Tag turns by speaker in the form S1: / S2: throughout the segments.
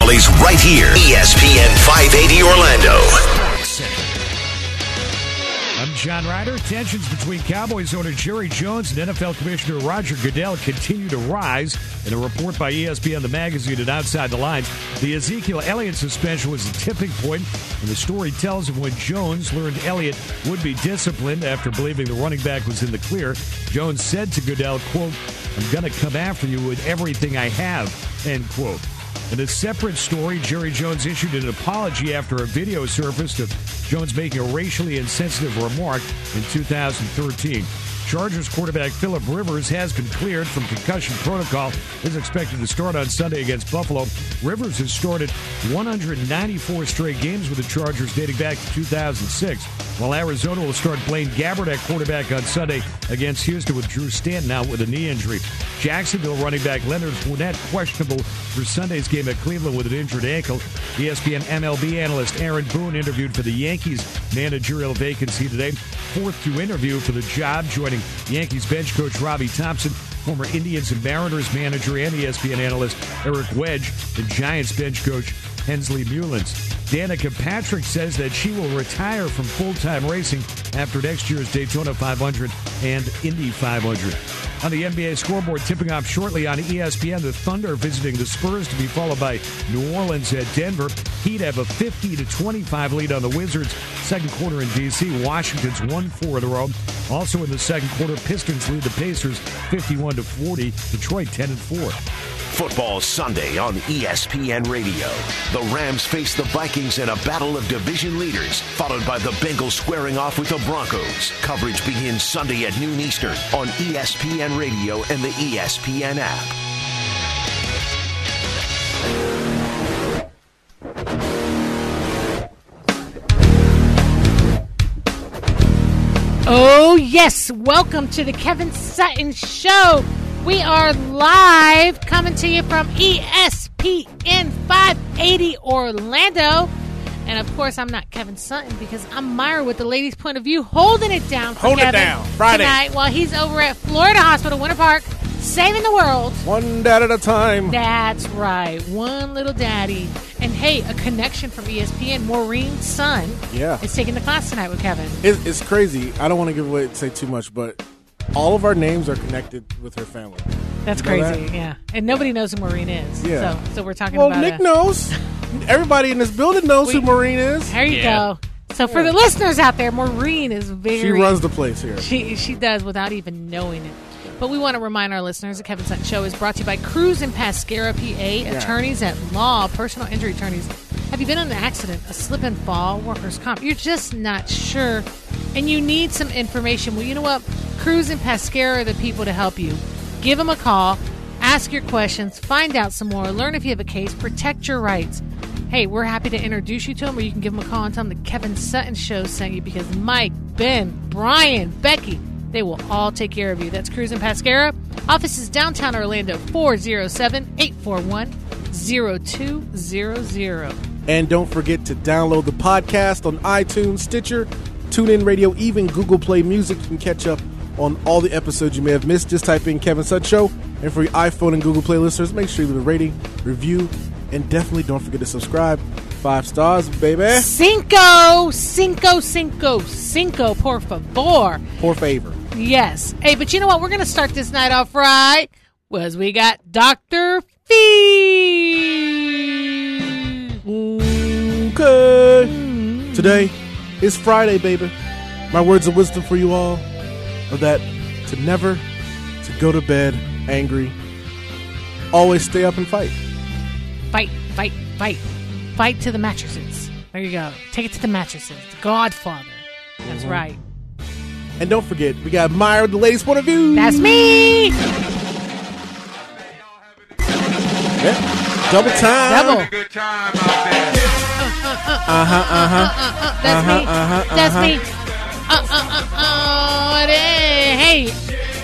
S1: rallies right here. E ESPN 580 Orlando.
S2: I'm John Ryder. Tensions between Cowboys owner Jerry Jones and NFL Commissioner Roger Goodell continue to rise. In a report by E ESPN, the magazine, and Outside the Lines, the Ezekiel Elliott suspension was a tipping point, and the story tells of when Jones learned Elliott would be disciplined after believing the running back was in the clear. Jones said to Goodell, "quote I'm going to come after you with everything I have." End quote. In a separate story, Jerry Jones issued an apology after a video surfaced of Jones making a racially insensitive remark in 2013. Chargers quarterback Phillip Rivers has been cleared from concussion protocol. Is expected to start on Sunday against Buffalo. Rivers has started 194 straight games with the Chargers dating back to 2006. While Arizona will start Blaine Gabbert at quarterback on Sunday against Houston with Drew Stanton out with a knee injury. Jacksonville running back Leonard Fournette questionable for Sunday's game at Cleveland with an injured ankle. E ESPN MLB analyst Aaron Boone interviewed for the Yankees managerial vacancy today. Fourth to interview for the job, joining Yankees bench coach Robbie Thompson, former Indians and Mariners manager and E ESPN analyst Eric Wedge, and Giants bench coach Hensley Mullins. Danica Patrick says that she will retire from full-time racing after next year's Daytona 500 and Indy 500. On the NBA scoreboard, tipping off shortly on E ESPN, the Thunder visiting the Spurs to be followed by New Orleans at Denver. Heat have a 50 to 25 lead on the Wizards. Second quarter in DC, Washington's won four in a row. Also in the second quarter, Pistons lead the Pacers 51 to 40. Detroit 10 and 4.
S1: Football Sunday on E ESPN Radio. The Rams face the Vikings in a battle of division leaders, followed by the Bengals squaring off with the Broncos. Coverage begins Sunday at noon Eastern on E ESPN Radio and the E ESPN app.
S3: Oh, yes. Welcome to the Kevin Sutton Show. We are live coming to you from E ESPN 580 Orlando. And of course, I'm not Kevin Sutton because I'm Myra with the ladies' point of view, holding it down for
S4: Holding it
S3: Kevin
S4: down. Friday.
S3: tonight while he's over at Florida Hospital, Winter Park, saving the world.
S4: One dad at a time.
S3: That's right. One little daddy. And hey, a connection from E ESPN, Maureen's son,
S4: Yeah.
S3: is taking the class tonight with Kevin.
S4: It's, it's crazy. I don't want to give away say too much, but all of our names are connected with her family.
S3: That's
S4: You know
S3: crazy.
S4: that?
S3: Yeah. And nobody knows who Maureen is.
S4: Yeah.
S3: So, so we're talking
S4: Well,
S3: about
S4: Nick
S3: a-
S4: knows. Everybody in this building knows who
S3: We-
S4: Maureen is.
S3: There you
S5: Yeah.
S3: go. So for the listeners out there, Maureen is very
S4: She runs the place here.
S3: She she does without even knowing it. But we want to remind our listeners the Kevin Sutton Show is brought to you by Cruz and Pascara, PA, attorneys at law, personal injury attorneys. Have you been in an accident, a slip and fall, workers' comp? You're just not sure, and you need some information. Well, you know what? Cruz and Pascara are the people to help you. Give them a call, ask your questions, find out some more, learn if you have a case, protect your rights. Hey, we're happy to introduce you to them, or you can give them a call and tell them the Kevin Sutton Show sent you because Mike, Ben, Brian, Becky, they will all take care of you. That's Cruz and Pascara. Office is downtown Orlando, 407 841 0200.
S4: And don't forget to download the podcast on iTunes, Stitcher, TuneIn Radio, even Google Play Music. You can catch up on all the episodes you may have missed. Just type in Kevin Sutton Show. And for your iPhone and Google Play listeners, make sure you leave a rating, review, and definitely don't forget to subscribe. Five stars, baby.
S3: Cinco, Cinco, Cinco, Cinco, por favor.
S4: Poor favor.
S3: Yes. Hey, but you know what? We're going to start this night off right. Was we got Dr. Fee.
S4: Okay. Today is Friday, baby. My words of wisdom for you all are that to never to go to bed angry. Always stay up and fight.
S3: Fight, fight, fight. Fight to the mattresses. There you go. Take it to the mattresses. Godfather. That's
S4: Uh-huh.
S3: right.
S4: And don't forget, we got Myra, the ladies' point of view.
S3: That's me.
S4: Yeah. Double time.
S3: Double. That's
S4: Uh-huh,
S3: me. That's me. Uh, uh, uh, uh, hey, hey,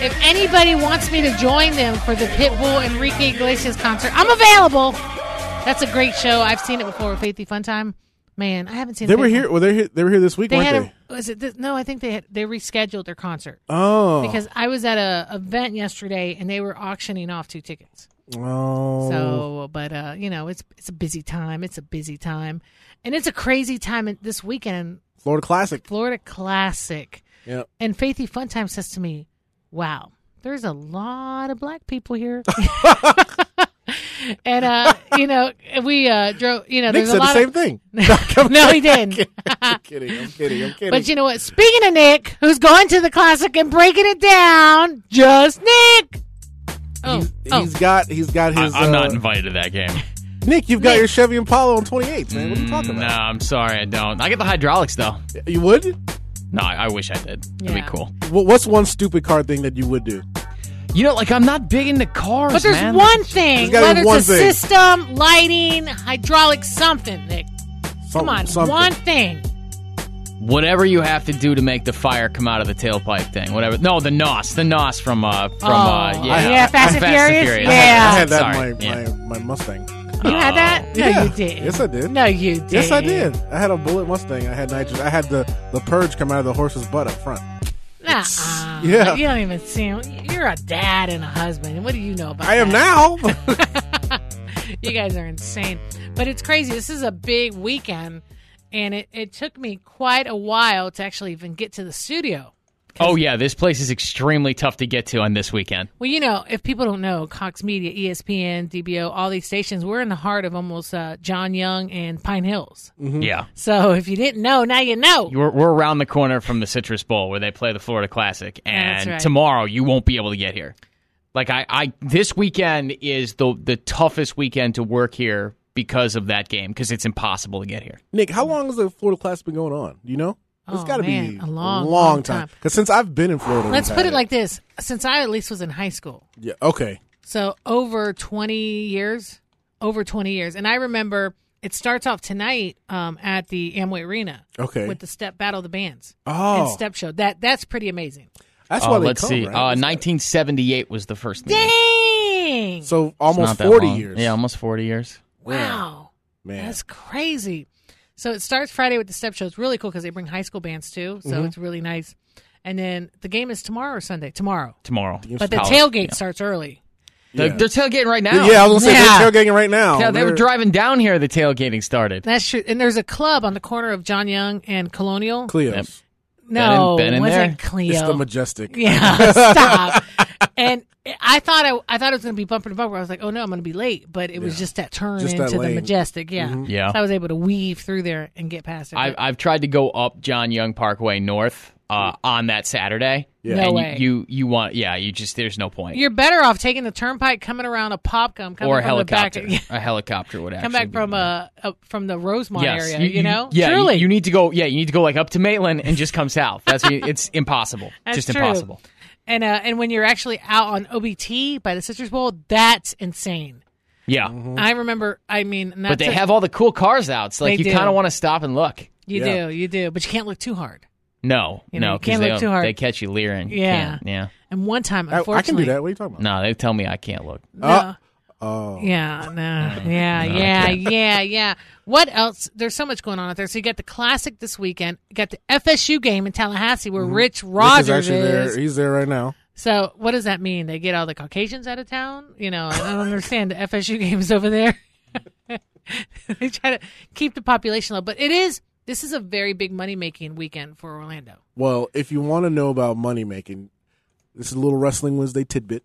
S3: if anybody wants me to join them for the Pitbull Enrique Iglesias concert, I'm available. That's a great show. I've seen it before with Faithy Fun Time. Man, I haven't seen.
S4: They
S3: the
S4: were
S3: Faith-
S4: here. Well, they're here. They were here this week,
S3: They
S4: weren't
S3: had.
S4: they?
S3: A, was it? This? No, I think they had. They rescheduled their concert
S4: oh,
S3: because I was at a event yesterday and they were auctioning off two tickets.
S4: Oh.
S3: So, but uh, you know, it's it's a busy time. It's a busy time, and it's a crazy time at- this weekend.
S4: Florida Classic.
S3: Florida Classic,
S4: Yeah.
S3: and Faithy Fun Time says to me, "Wow, there's a lot of black people here." and uh, you know, we uh drove. You know,
S4: Nick
S3: there's
S4: said
S3: a
S4: the
S3: lot
S4: same
S3: of.
S4: thing.
S3: no, he didn't.
S4: I'm kidding. I'm kidding. I'm kidding.
S3: But you know what? Speaking of Nick, who's going to the classic and breaking it down, just Nick. Oh, oh,
S4: He's got he's got his.
S5: I, am not
S4: uh,
S5: invited to that game.
S4: Nick, you've got
S3: Nick.
S4: your Chevy Impala on 28, man. What are you talking
S5: No,
S4: about?
S5: I'm sorry, I don't. I get the hydraulics though.
S4: You would?
S5: No, I, I wish I did. That'd
S3: Yeah.
S5: be cool.
S4: Wh- What's one stupid car thing that you would do?
S5: You know, like I'm not big into cars,
S3: but there's
S5: man.
S3: one thing,
S4: There's gotta
S3: whether
S4: be one
S3: it's a
S4: thing.
S3: system, lighting, hydraulic, something, Nick.
S4: Something,
S3: Come on,
S4: Oh, something.
S3: one thing.
S5: Whatever you have to do to make the fire come out of the tailpipe thing, whatever. No, the nos, the nos from uh from uh
S3: Oh,
S5: yeah,
S3: yeah, Fast and Furious? Yeah.
S4: I had that
S5: Sorry,
S4: in my,
S5: yeah.
S4: my, my Mustang.
S3: You had that? No,
S4: Oh, Yeah.
S3: you didn't.
S4: Yes, I did.
S3: No, you did.
S4: Yes, I did. I had a bullet Mustang. I had nitrogen. I had the, the purge come out of the horse's butt up front.
S3: Nuh-uh.
S4: Yeah.
S3: You don't even see him. You're a dad and a husband. What do you know about
S4: I am
S3: that?
S4: now.
S3: you guys are insane. But it's crazy. This is a big weekend, and it, it took me quite a while to actually even get to the studio.
S5: Oh yeah, this place is extremely tough to get to on this weekend.
S3: Well, you know, if people don't know, Cox Media, E ESPN, DBO, all these stations, we're in the heart of almost uh, John Young and Pine Hills.
S4: Mm-hmm.
S5: Yeah.
S3: So if you didn't know, now you know.
S5: We're, we're around the corner from the Citrus Bowl where they play the Florida Classic,
S3: That's
S5: and
S3: right.
S5: tomorrow you won't be able to get here. Like I, I this weekend is the the toughest weekend to work here because of that game because it's impossible to get here.
S4: Nick, how long has the Florida class been going on? Do you know? it's
S3: Oh,
S4: got to be
S3: man, a long, long
S4: long time.
S3: time.
S4: Because since I've been in Florida,
S3: Let's
S4: we've
S3: put
S4: had
S3: it like this since I at least was in high school,
S4: yeah. Okay,
S3: So over 20 years, over 20 years. And I remember it starts off tonight um, at the Amway Arena.
S4: Okay.
S3: With the step battle of the bands.
S4: Oh.
S3: And step show. That that's pretty amazing.
S4: that's
S5: Uh,
S4: why they
S5: let's
S4: come,
S5: see,
S4: right?
S5: uh, 1978 was the first. meeting. It's
S3: Dang.
S4: So almost
S5: not that
S4: forty
S5: long.
S4: years.
S5: Yeah, almost 40 years.
S3: wow.
S4: man.
S3: That's crazy. So it starts Friday with the step show. It's really cool because they bring high school bands too.
S4: Mm-hmm.
S3: So it's really nice. And then the game is tomorrow or Sunday? Tomorrow.
S5: Tomorrow,
S3: But the
S5: College.
S3: tailgate starts early.
S5: They're, they're tailgating right now.
S4: yeah, I was gonna say
S3: Yeah.
S4: they're tailgating right now.
S5: Yeah, they were
S4: They're-
S5: driving down here. The tailgating started.
S3: That's true. And there's a club on the corner of John Young and Colonial.
S4: Cleos.
S5: Yep.
S3: no,
S5: Been in- been in
S3: wasn't
S5: there?
S3: Cleo.
S4: It's the majestic.
S3: Yeah, stop. and I thought I, I thought it was going to be bumper to bumper. I was like, oh no, I'm going to be late. But it was just that turn
S4: Just that
S3: into the
S4: lane. Mm-hmm.
S3: majestic. Yeah,
S5: Yeah.
S3: So I was able to weave through there and get past it.
S5: I've, I've tried to go up John Young Parkway North uh, on that Saturday.
S4: Yeah.
S3: No
S5: and
S3: way.
S5: You, you you want yeah you just there's no point
S3: You're better off taking the turnpike, coming around a pop gum, coming
S5: or a
S3: from the back-
S5: helicopter a helicopter would
S3: come
S5: actually
S3: back
S5: be
S3: from
S5: better.
S3: uh, uh from the Rosemont
S5: Yes.
S3: area. You, know,
S5: yeah you-
S3: truly,
S5: you, need to go yeah you need to go like up to Maitland and just come south that's what you, it's impossible
S3: That's
S5: just
S3: true.
S5: impossible
S3: And uh, and when you're actually out on OBT by the Sisters Bowl, that's insane.
S5: yeah
S3: I remember. I mean, not
S5: but they
S3: to-
S5: have all the cool cars out so like
S3: They
S5: you
S3: do.
S5: kind of want to stop and look
S3: You
S4: Yeah.
S3: do, you do, but you can't look too hard.
S5: no
S3: You know,
S5: no
S3: you
S5: 'cause
S3: can't
S5: they
S3: look
S5: don't-
S3: too hard.
S5: they catch you leering You
S3: Yeah.
S5: can't, yeah
S3: And one time,
S4: I, I can
S3: unfortunately,
S4: do that. What are you talking about?
S5: no they tell me I can't look
S3: No.
S4: Oh.
S3: Yeah, no, yeah, yeah, yeah, yeah. What else? There's so much going on out there. So you got the classic this weekend. You got the FSU game in Tallahassee where Rich
S4: Mm-hmm. Rich is
S3: Rogers
S4: actually
S3: is.
S4: there. He's there right now.
S3: So what does that mean? They get all the Caucasians out of town? You know, I don't understand. The FSU game's over there. they try to keep the population low, but it is. This is a very big money making weekend for Orlando.
S4: Well, if you want to know about money making, this is a little Wrestling Wednesday tidbit.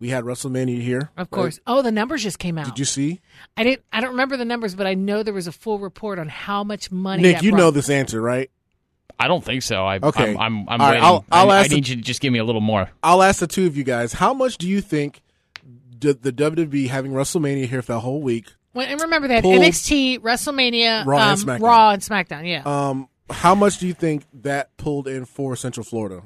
S4: We had WrestleMania here.
S3: Mm-hmm. Of
S4: right?
S3: course. Oh, the numbers just came out.
S4: Did you see?
S3: I didn't. I don't remember the numbers, but I know there was a full report on how much money.
S4: Nick,
S3: that
S4: you
S3: brought.
S4: know this answer, right?
S5: I don't think so I
S4: Okay.
S5: I'm I'm, I'm
S4: All right,
S5: waiting
S4: I'll- I'll
S5: I, I
S4: ask the-
S5: need you to just give me a little more
S4: I'll ask the two of you guys how much do you think d- the WWE having WrestleMania here for the whole week?
S3: Well, and remember they had
S4: Pulled-
S3: NXT, WrestleMania,
S4: Raw and
S3: um,
S4: SmackDown.
S3: Raw and SmackDown. Yeah.
S4: Um, how much do you think that pulled in for Central Florida?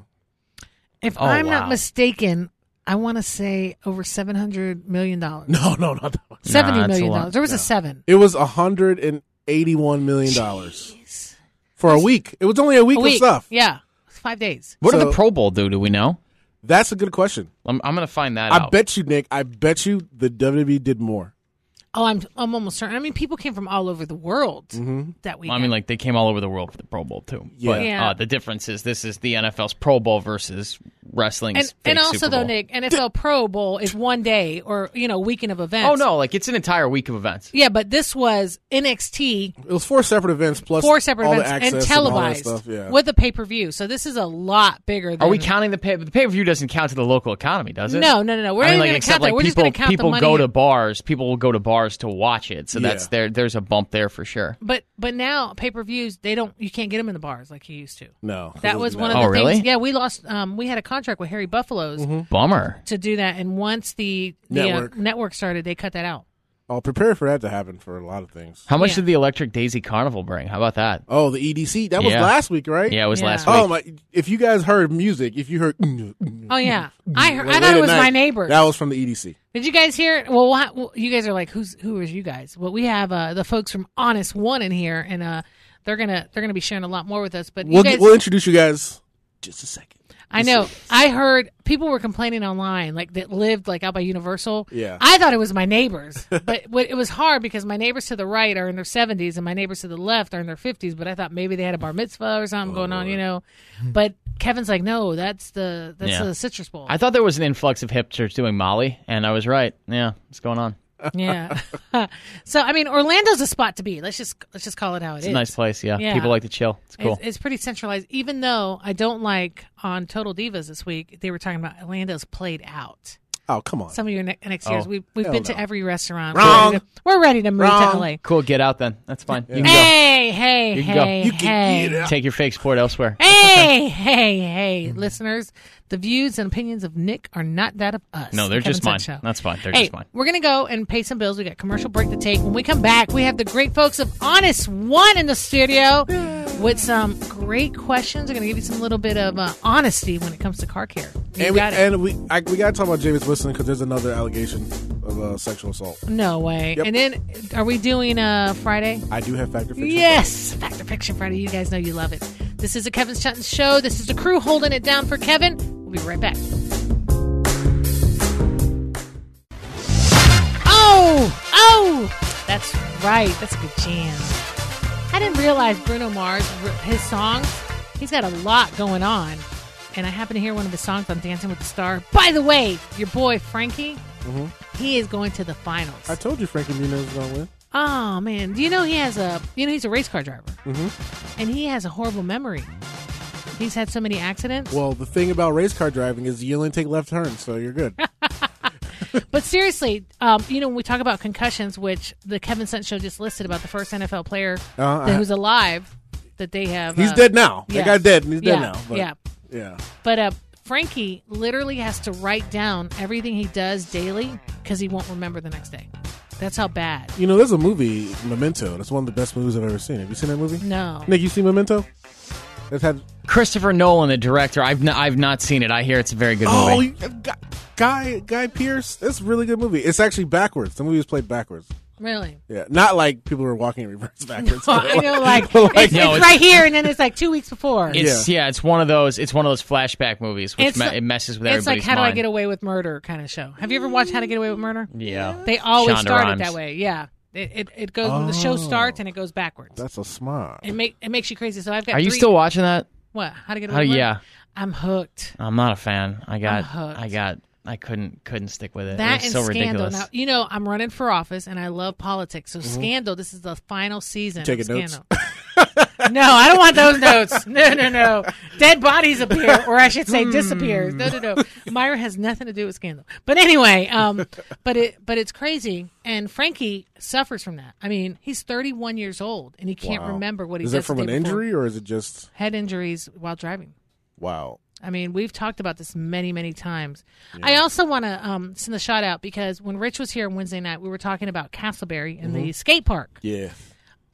S3: if
S5: oh,
S3: I'm
S5: wow.
S3: not mistaken, I want to say over seven hundred million dollars,
S4: No, no, not that much.
S3: seventy
S5: that's a
S3: million
S5: lot.
S3: dollars. There was a seven.
S4: It was hundred and eighty-one million dollars
S3: Jeez.
S4: for a week. It was only a week,
S3: A
S4: of
S3: week.
S4: stuff.
S3: Yeah, It's five days.
S5: what did
S4: So-
S5: the Pro Bowl do do we know
S4: That's a good question.
S5: I'm, I'm gonna find that
S4: I
S5: out
S4: bet you, Nick. I bet you the WWE did more.
S3: Oh, I'm I'm almost certain. I mean, people came from all over the world
S4: Mm-hmm.
S3: that week.
S5: I mean, like they came all over the world for the Pro Bowl too.
S4: Yeah.
S5: But
S3: Yeah.
S5: Uh, the difference is this is the NFL's Pro Bowl versus wrestling.
S3: And, and also though, Nick, NFL Pro Bowl is one day or you know weekend of events.
S5: Oh no, like it's an entire week of events.
S3: Yeah, but this was NXT
S4: It was four separate events plus
S3: four separate
S4: all the
S3: events
S4: access
S3: and
S4: all that
S3: televised
S4: stuff, yeah.
S3: with a pay per view. So this is a lot bigger. Than,
S5: Are we counting the pay? The pay per view doesn't count to the local economy, does it?
S3: No, no, no, no. We're
S5: I mean,
S3: not even
S5: like,
S3: gonna
S5: except
S3: count that.
S5: like
S3: We're just
S5: people,
S3: gonna count the
S5: people
S3: money
S5: go
S3: in-
S5: to bars. People will go to bars to watch it. So that's
S4: Yeah.
S5: there. There's a bump there for sure.
S3: But but now pay per views they don't you can't get them in the bars like you used to.
S4: no, it
S3: That
S4: doesn't
S3: was
S4: matter.
S3: one of the
S5: Oh, really?
S3: things. Yeah, we lost. Um, we had a contract with Harry Buffalo's
S5: Bummer.
S3: to do that, and once the, the
S4: Mm-hmm. Network.
S3: Uh, network started, they cut that out.
S4: I'll prepare for that to happen for a lot of things.
S5: How much
S3: Yeah.
S5: did the Electric Daisy Carnival bring? How about that?
S4: Oh, the EDC that was
S5: Yeah.
S4: last week, right?
S5: Yeah, it was
S3: Yeah.
S5: last week.
S4: Oh my! If you guys heard music, if you heard, I
S3: Oh yeah, I heard, I thought it was my neighbor.
S4: That was from the E EDC.
S3: Did you guys hear? Well, we'll ha- well, you guys are like, who's who is you guys? Well, we have uh, the folks from Honest One in here, and uh, they're gonna they're gonna be sharing a lot more with us. But
S4: We'll,
S3: you guys,
S4: we'll introduce you guys just a second.
S3: I know I heard people were complaining online, like that lived like out by Universal.
S4: Yeah.
S3: I thought it was my neighbors, but what, it was hard because my neighbors to the right are in their seventies and my neighbors to the left are in their fifties. But I thought maybe they had a bar mitzvah or something going on, you
S4: Oh,
S3: know. But Kevin's like, no, that's the that's
S5: Yeah.
S3: the Citrus Bowl.
S5: I thought there was an influx of hipsters doing Molly, and I was right. Yeah, what's going on?
S3: yeah. so I mean, Orlando's a spot to be. Let's just let's just call it how it
S5: It's a nice place. Yeah,
S3: Yeah.
S5: people like to chill. It's cool.
S3: It's, it's pretty centralized, even though I don't like on Total Divas this week, they were talking about Orlando's played out.
S4: Oh come on!
S3: Some of your ne- next years,
S5: Oh,
S3: we've, we've been to every restaurant.
S4: Wrong.
S3: We're ready to, we're ready to move
S4: Wrong.
S3: to LA.
S5: cool. Get out then. That's fine. You can
S3: Hey, hey,
S5: You can go.
S3: hey,
S4: you
S3: hey.
S4: can get
S5: go.
S4: out.
S5: Take your fake sport elsewhere.
S3: Hey, hey, hey, listeners! The views and opinions of Nick are not that of us.
S5: No, they're
S3: Kevin
S5: just mine.
S3: Sutton Show.
S5: That's fine. They're
S3: hey,
S5: just mine.
S3: We're gonna go and pay some bills. We got commercial break to take. When we come back, we have the great folks of Honest One in the studio with some great questions. We're gonna give you some little bit of uh, honesty when it comes to car care. You
S4: and we
S3: got it.
S4: and we I, we gotta talk about James Winston because there's another allegation of uh, sexual assault.
S3: no way.
S4: Yep.
S3: And then, are we doing uh, Friday?
S4: I do have factor fiction.
S3: Yes, Factor Fiction Friday. You guys know you love it. This is the Kevin Sutton Show. This is the crew holding it down for Kevin. We'll be right back. Oh, oh, that's right. That's a good jam. I didn't realize Bruno Mars, his songs, he's got a lot going on. And I happen to hear one of his songs on Dancing with the Star. By the way, your boy Frankie, he is going to the finals.
S4: I told you Frankie Muniz was gonna win.
S3: Oh man, do you know he has a you know he's a race car driver, mm-hmm. and he has a horrible memory. He's had so many accidents.
S4: Well, the thing about race car driving is you only take left turns, so you're good.
S3: But seriously, um, you know when we talk about concussions, which the Kevin Sent show just listed about the first NFL player
S4: Uh,
S3: that,
S4: I-
S3: who's alive that they have.
S4: He's
S3: uh,
S4: dead now.
S3: yeah.
S4: That guy's dead. and He's dead
S3: Yeah,
S4: now. But,
S3: yeah.
S4: yeah.
S3: But uh, Frankie literally has to write down everything he does daily because he won't remember the next day. That's how bad.
S4: You know, there's a movie, Memento. That's one of the best movies I've ever seen. Have you seen that movie?
S3: No.
S4: Nick, you seen Memento? That's had.
S5: Christopher Nolan, the director. I've n- I've not seen it. I hear it's a very good
S4: Oh,
S5: movie.
S4: you- Guy- Guy Guy Pierce. That's a really good movie. It's actually backwards. The movie was played backwards.
S3: Really.
S4: Yeah, not like people were walking in reverse backwards.
S3: I know, like,
S4: Like-
S3: it's,
S5: No,
S3: it's
S5: it's-
S3: right here, and then it's like two weeks before.
S5: It's yeah. it's one of those. It's one of those flashback movies, which me-
S3: like-
S5: it messes with
S3: it's
S5: everybody's
S3: like how do I
S5: mind.
S3: get away with murder kind of show. Have you ever watched How to Get Away with Murder?
S5: Yeah.
S3: They always
S5: Shonda
S3: start it
S5: Rhimes.
S3: that way. Yeah, it it, it goes when the show starts and it goes backwards.
S4: That's a smart.
S3: It make it makes you crazy. So I've got.
S5: Are you
S3: three-
S5: still watching that?
S3: what? How to Get
S5: How-
S3: Away? with Murder?
S5: yeah.
S3: I'm hooked.
S5: I'm not a fan. I got
S3: hooked.
S5: I got I couldn't couldn't stick with it.
S3: That
S5: it was
S3: and
S5: so
S3: Scandal.
S5: ridiculous.
S3: Now you know I'm running for office and I love politics. So Scandal, this is the final season.
S4: Mm-hmm. Taking
S3: of
S4: notes?
S3: Scandal. no, I don't want those notes. No, no, no. Dead bodies appear, or I should say,
S4: Hmm.
S3: disappears. No, no, no. Myra has nothing to do with Scandal. But anyway, um, but it but it's crazy, and Frankie suffers from that. I mean, he's 31 years old and he can't
S4: Wow.
S3: remember what he
S4: Is
S3: did
S4: it from
S3: the
S4: an
S3: day before.
S4: injury or is it just
S3: Head injuries while driving.
S4: wow?
S3: I mean, we've talked about this many, many times. I also want to um, send a shout out because when Rich was here on Wednesday night, we were talking about Castleberry and the skate park.
S4: Yeah.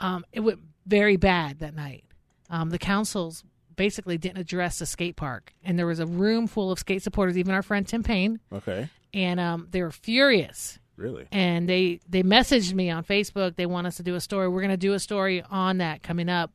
S3: Um, it went very bad that night. Um, the councils basically didn't address the skate park, and there was a room full of skate supporters, even our friend Tim Payne,
S4: Okay.
S3: and um, they were furious
S4: Really.
S3: and they they messaged me on Facebook. They want us to do a story. We're going to do a story on that coming up,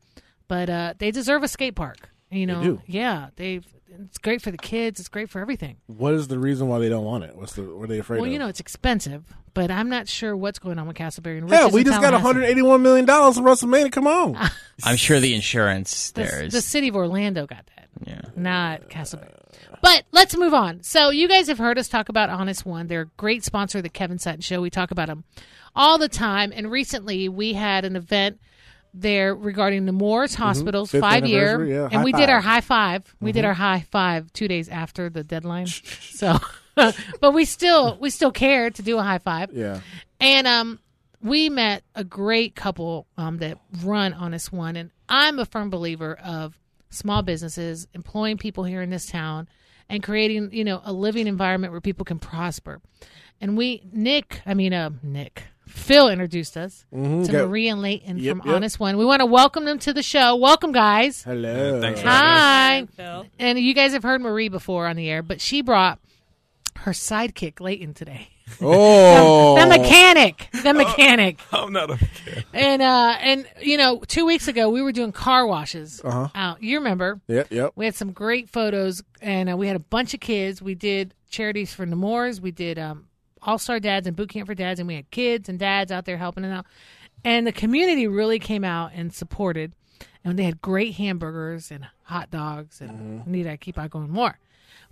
S3: but uh, they deserve a skate park. You know,
S4: do.
S3: yeah, they've it's great for the kids. It's great for everything.
S4: What is the reason why they don't want it? What's the? What are they afraid
S3: Well,
S4: of?
S3: you know, it's expensive, but I'm not sure what's going on with Castleberry and Rich
S4: yeah,
S3: is
S4: we
S3: in
S4: just got
S3: Tallahassee.
S4: 181 million dollars from WrestleMania. Come on,
S5: I'm sure the insurance
S3: The,
S5: there is.
S3: the city of Orlando got that,
S5: yeah.
S3: not Castleberry. But let's move on. So you guys have heard us talk about Honest One. They're a great sponsor of the Kevin Sutton Show. We talk about them all the time. And recently we had an event there regarding the Moores Hospital's
S4: Mm-hmm. Fifth
S3: five year.
S4: anniversary, yeah.
S3: and
S4: High
S3: we did
S4: five. Mm-hmm.
S3: our high 5 We did our high five two days after the deadline. so, but we still, we still care to do a high five.
S4: yeah,
S3: And um, we met a great couple um, that run Honest One, and I'm a firm believer of small businesses employing people here in this town and creating, you know, a living environment where people can prosper. And we, Nick, I mean, uh, Nick, Phil introduced us to
S4: go.
S3: Maria Layton
S4: Mm-hmm. Yep,
S3: from
S4: yep.
S3: Honest One. We want to welcome them to the show. Welcome, guys.
S4: hello.
S6: Thanks. for having us.
S3: Hi.
S7: Phil.
S3: And you guys have heard Marie before on the air, but she brought her sidekick Layton today.
S4: Oh,
S3: The mechanic. The mechanic.
S6: Oh. I'm not a kid.
S3: And uh, and you know, two weeks ago we were doing car washes
S6: Uh-huh.
S3: out. You remember?
S4: yep, yep.
S3: We had some great photos, and uh, we had a bunch of kids. We did charities for Nemours. We did um, All Star Dads and Boot Camp for Dads, and we had kids and dads out there helping them out. And the community really came out and supported, and they had great hamburgers and hot dogs, and
S6: Mm-hmm.
S3: need I keep on going more.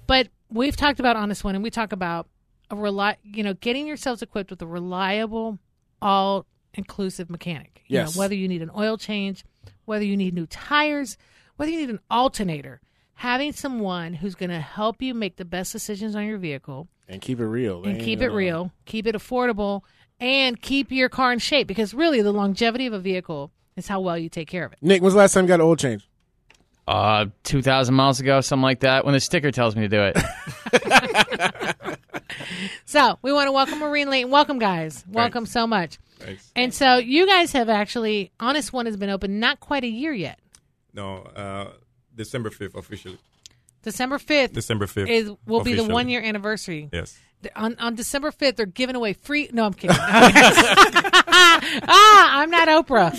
S3: But we've talked about on this one, and we talk about a reli- you know, getting yourselves equipped with a reliable, all inclusive mechanic. You
S4: Yes.
S3: know, whether you need an oil change, whether you need new tires, whether you need an alternator, having someone who's going to help you make the best decisions on your vehicle
S4: And keep it real. They
S3: and
S4: ain't
S3: keep it
S4: gonna-
S3: real, keep it affordable, and keep your car in shape because really the longevity of a vehicle is how well you take care of it.
S4: Nick, when's the last time you got an oil change?
S5: Uh, 2,000 miles ago, something like that, when the sticker tells me to do it.
S3: So we want to welcome Marine Layton. Welcome, guys. Welcome so much.
S6: Thanks.
S3: And so you guys have actually, Honest One has been open not quite a year yet.
S6: No, uh, December 5th officially.
S3: December 5th
S6: December 5th.
S3: is will be the
S6: officially.
S3: one year anniversary.
S6: Yes.
S3: The- On, on December 5th, they're giving away free. No, I'm kidding. ah, I'm not Oprah.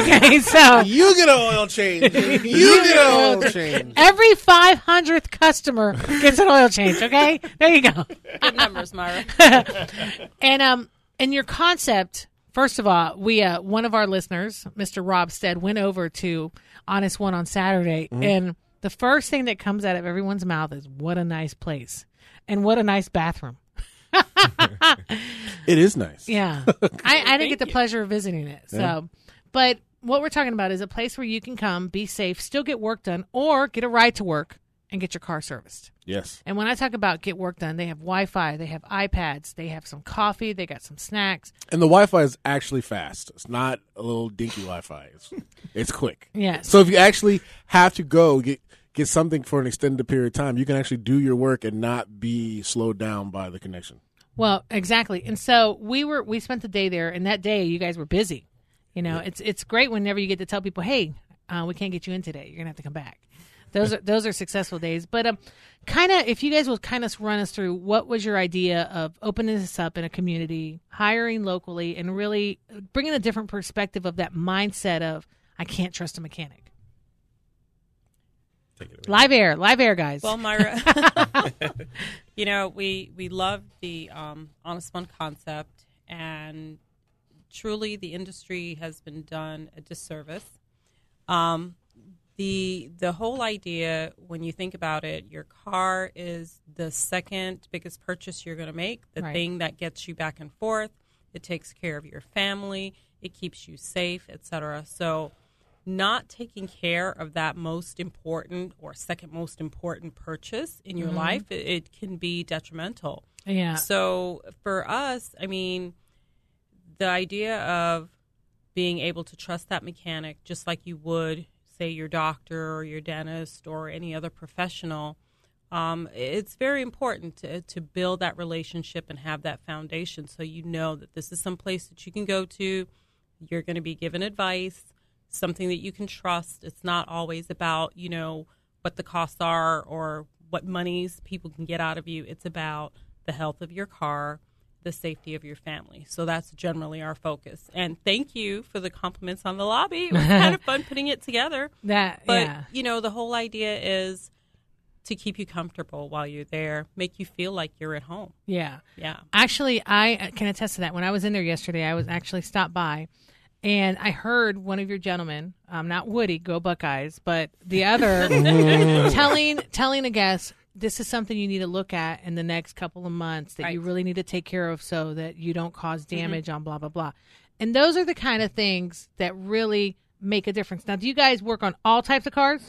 S3: Okay, so
S4: You get an oil change. you get an oil change.
S3: every 500th customer gets an oil change, okay? There you go.
S7: Good numbers, Myra.
S3: And um, and your concept. First of all, we uh, one of our listeners, Mr. Robstead, went over to Honest One on Saturday, and the first thing that comes out of everyone's mouth is, "What a nice place, and what a nice bathroom."
S4: It is nice.
S3: Yeah, I, I didn't get the pleasure of visiting it. So, but what we're talking about is a place where you can come, be safe, still get work done, or get a ride to work and get your car serviced.
S4: Yes.
S3: And when I talk about get work done, they have Wi-Fi, they have iPads, they have some coffee, they got some snacks.
S4: And the Wi Fi is actually fast. It's not a little dinky Wi Fi. It's, it's quick.
S3: Yes.
S4: So if you actually have to go get get something for an extended period of time, you can actually do your work and not be slowed down by the connection.
S3: Well, exactly. And so we were we spent the day there, and that day you guys were busy. You know, it's it's great whenever you get to tell people, hey, uh, we can't get you in today. You're gonna have to come back. Those are those are successful days. But um, kind of if you guys will kind of run us through what was your idea of opening this up in a community, hiring locally, and really uh, bringing a different perspective of that mindset of I can't trust a mechanic.
S6: Take it away.
S3: Live air, live air, guys.
S7: Well, Myra, you know, we we love the um, honest one concept, and truly, the industry has been done a disservice. Um, the the whole idea, when you think about it, your car is the second biggest purchase you're going to make. The
S3: Right.
S7: thing that gets you back and forth. It takes care of your family. It keeps you safe, etc. So not taking care of that most important or second most important purchase in your life, it, it can be detrimental.
S3: yeah,
S7: So for us, I mean, the idea of being able to trust that mechanic just like you would, say, your doctor or your dentist or any other professional. Um, it's very important to, to build that relationship and have that foundation so you know that this is some place that you can go to. You're going to be given advice, something that you can trust. It's not always about, you know, what the costs are or what monies people can get out of you. It's about the health of your car, the safety of your family. So that's generally our focus. And thank you for the compliments on the lobby. It was kind of fun putting it together.
S3: that
S7: But
S3: yeah.
S7: you know, the whole idea is to keep you comfortable while you're there, make you feel like you're at home.
S3: Yeah.
S7: Yeah.
S3: Actually, I uh, can attest to that. When I was in there yesterday, I was actually stopped by and I heard one of your gentlemen, um, not Woody, go Buckeyes, but the other telling telling a guest this is something you need to look at in the next couple of months that you
S7: Right.
S3: really need to take care of so that you don't cause damage on blah blah blah. And those are the kind of things that really make a difference. Now, do you guys work on all types of cars?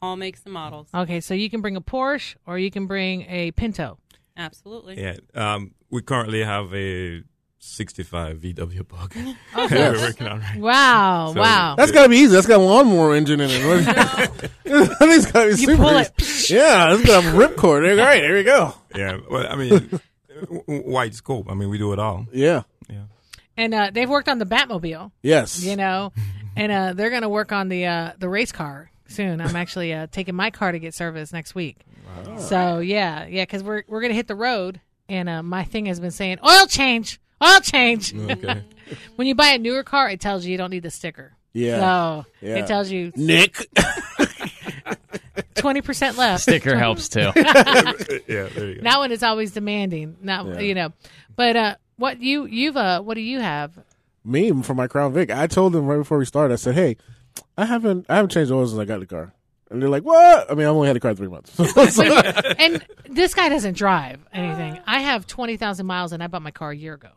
S7: All makes and models.
S3: Okay, so you can bring a Porsche or you can bring a Pinto.
S7: Absolutely.
S6: Yeah. Um, we currently have a 65 VW bug we're working on right
S3: Wow,
S6: So-
S3: wow.
S4: That's got to be easy. That's got a lawnmower engine in it. I think it's got to be super
S3: pull
S4: easy. Yeah, it's got a ripcord. All right, there you go.
S6: Yeah. Well, I mean, w- w- wide scope. I mean, we do it all.
S4: Yeah.
S3: and uh, they've worked on the Batmobile,
S4: Yes.
S3: you know, and uh, they're going to work on the uh, the race car soon. I'm actually uh, taking my car to get service next week. So yeah, yeah, because we're we're going to hit the road, and uh, my thing has been saying oil change, oil change.
S6: Okay.
S3: when you buy a newer car, it tells you you don't need the sticker.
S4: Yeah.
S3: So
S4: Yeah.
S3: it tells you
S4: Nick.
S3: twenty percent left.
S5: Sticker helps too.
S6: yeah. There you go.
S3: That one is always demanding. Not you know, but uh, what you you've uh, what do you have?
S4: meme from my Crown Vic. I told them right before we started. I said, "Hey, I haven't I haven't changed oil since I got the car," and they're like, "What?" I mean, I only had the car three months. So-
S3: and this guy doesn't drive anything. I have twenty thousand miles, and I bought my car a year ago.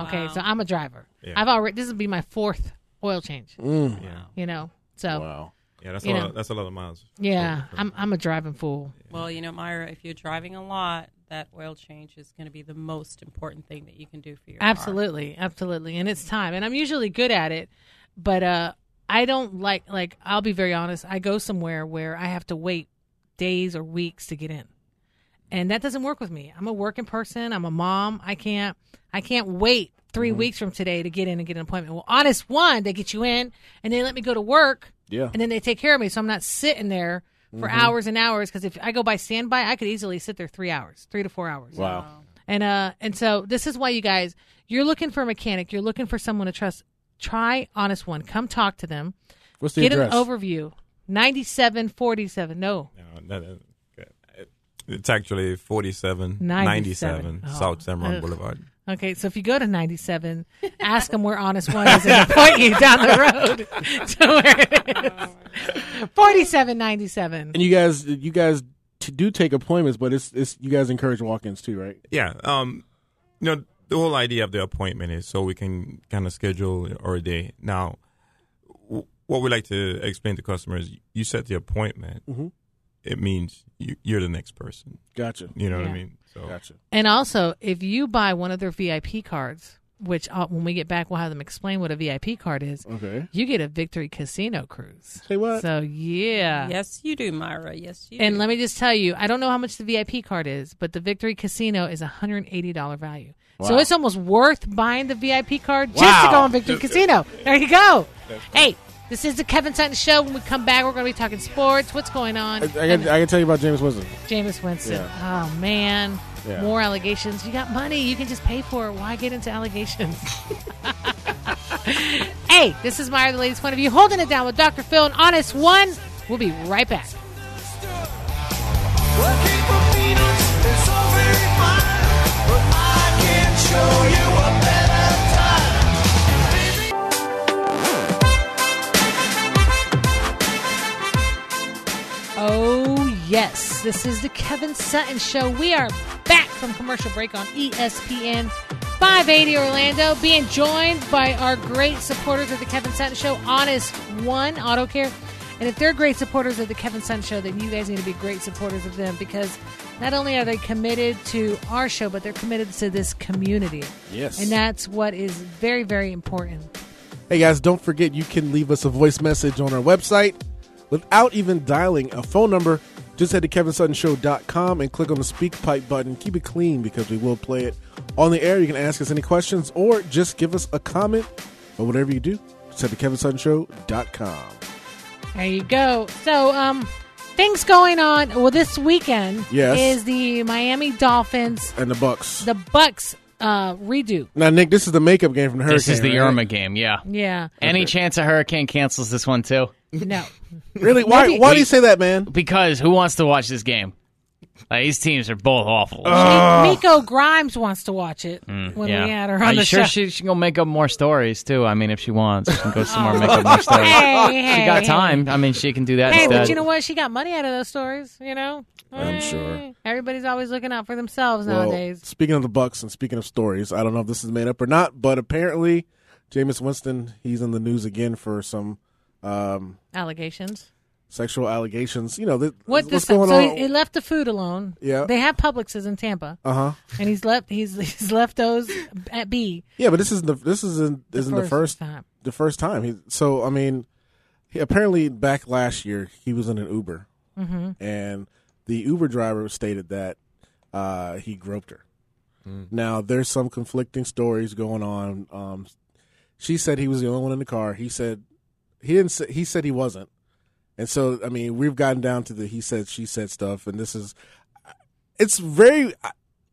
S3: Okay, so I'm a driver. I've already. This will be my fourth oil change. You know, so
S4: wow.
S6: Yeah. That's a,
S3: You
S6: lot,
S3: know.
S6: that's a lot of miles.
S3: yeah, I'm I'm a driving fool.
S7: Well, you know, Myra, if you're driving a lot, that oil change is going to be the most important thing that you can do for your car.
S3: Absolutely, absolutely, and it's time. And I'm usually good at it, but uh, I don't like like I'll be very honest. I go somewhere where I have to wait days or weeks to get in, and that doesn't work with me. I'm a working person. I'm a mom. I can't I can't wait 3 weeks from today to get in and get an appointment. Well, honest one, they get you in and they let me go to work.
S4: Yeah.
S3: and then they take care of me, so I'm not sitting there. For hours and hours, because if I go by standby, I could easily sit there three hours, three to four hours.
S4: Wow.
S3: And uh and so this is why you guys you're looking for a mechanic, you're looking for someone to trust. Try Honest One. Come talk to them.
S4: What's the
S3: Get
S4: address?
S3: an overview. 9747. No.
S6: No, no, no. Okay. It's actually 47,
S3: 97.
S6: 97,
S3: Oh.
S6: South Samron
S3: Ugh.
S6: Boulevard.
S3: Okay, so if you go to 97, ask them where Honest One is and they'll point you down the road to where it is. 4797.
S4: and you guys, you guys t- do take appointments, but it's it's you guys encourage walk-ins too, right?
S6: Yeah. Um, you know, the whole idea of the appointment is so we can kind of schedule our day. Now, w- what we like to explain to customers, you set the appointment.
S4: Mm-hmm.
S6: It means you, you're the next person.
S4: Gotcha.
S6: You know what
S3: Yeah.
S6: I mean? So
S4: Gotcha.
S3: And also, if you buy one of their VIP cards, which uh, when we get back, we'll have them explain what a VIP card is,
S4: Okay.
S3: you get a Victory Casino cruise.
S4: Say what?
S3: So, yeah.
S7: Yes, you do, Myra. Yes, you
S3: And
S7: do.
S3: let me just tell you, I don't know how much the VIP card is, but the Victory Casino is a $180 value. So
S4: Wow.
S3: it's almost worth buying the VIP card just to
S4: Wow.
S3: go on Victory Casino. There you go. Hey, this is the Kevin Sutton Show. When we come back, we're going to be talking sports. What's going on?
S4: I, I, can, I can tell you about James Winston.
S3: Jameis Winston.
S4: Yeah.
S3: Oh, man.
S4: Yeah.
S3: More allegations. You got money. You can just pay for it. Why get into allegations? hey, this is Meyer, the latest one of you, holding it down with Dr. Phil and Honest One. We'll be right back.
S8: Working for peanuts is so very fine, but I can show you a better time.
S3: Oh, yes. This is the Kevin Sutton Show. We are back from commercial break on E ESPN 580 Orlando, being joined by our great supporters of the Kevin Sutton Show, Honest One Auto Care. And if they're great supporters of the Kevin Sutton Show, then you guys need to be great supporters of them because not only are they committed to our show, but they're committed to this community.
S4: Yes.
S3: And that's what is very, very important.
S4: Hey guys, don't forget you can leave us a voice message on our website without even dialing a phone number. Just head to kevinsuttonshow.com and click on the speak pipe button. Keep it clean because we will play it on the air. You can ask us any questions or just give us a comment. But whatever you do, just head to kevinsuttonshow.com.
S3: There you go. So, um, things going on. Well, this weekend
S4: Yes.
S3: is the Miami Dolphins,
S4: And the Bucks.
S3: the Bucks uh, redo.
S4: now, Nick, this is the makeup game from the Hurricane.
S5: this is the
S4: right?
S5: Irma game. Yeah.
S3: Yeah.
S5: Any chance a hurricane cancels this one too?
S3: No.
S4: Really? Why?
S3: Maybe-
S4: Why do you say that, man?
S5: Because who wants to watch this game? Like, these teams are both awful.
S3: Uh, Miko Grimes wants to watch it when
S5: Uh. Mm, yeah.
S3: we had her
S5: are
S3: on
S5: you
S3: the
S5: sure
S3: show.
S5: she she gonna make up more stories too? I mean, if she wants, she can go somewhere and make up more stories.
S3: hey, hey,
S5: She got
S3: hey.
S5: time. I mean, she can do that
S3: Hey,
S5: instead.
S3: but you know what? She got money out of those stories. You know,
S9: I'm sure.
S3: everybody's always looking out for themselves
S4: Well,
S3: nowadays.
S4: speaking of the Bucks and speaking of stories, I don't know if this is made up or not, but apparently, Jameis Winston he's in the news again for some um,
S3: Allegations.
S4: sexual allegations. You know that,
S3: What
S4: what's
S3: this?
S4: going
S3: so
S4: on?
S3: He, he left the food alone.
S4: Yeah.
S3: They have Publixes in Tampa,
S4: uh huh.
S3: and he's left. He's he's left those at B.
S4: Yeah, but this isn't the this isn't isn't the first
S3: time.
S4: the first time. He, so I mean, he, apparently back last year he was in an Uber, and the Uber driver stated that uh, he groped her. Now there's some conflicting stories going on. Um, she said he was the only one in the car. He said he didn't. Say, he said he wasn't. And so I mean, we've gotten down to the he said she said stuff, and this is it's very. I-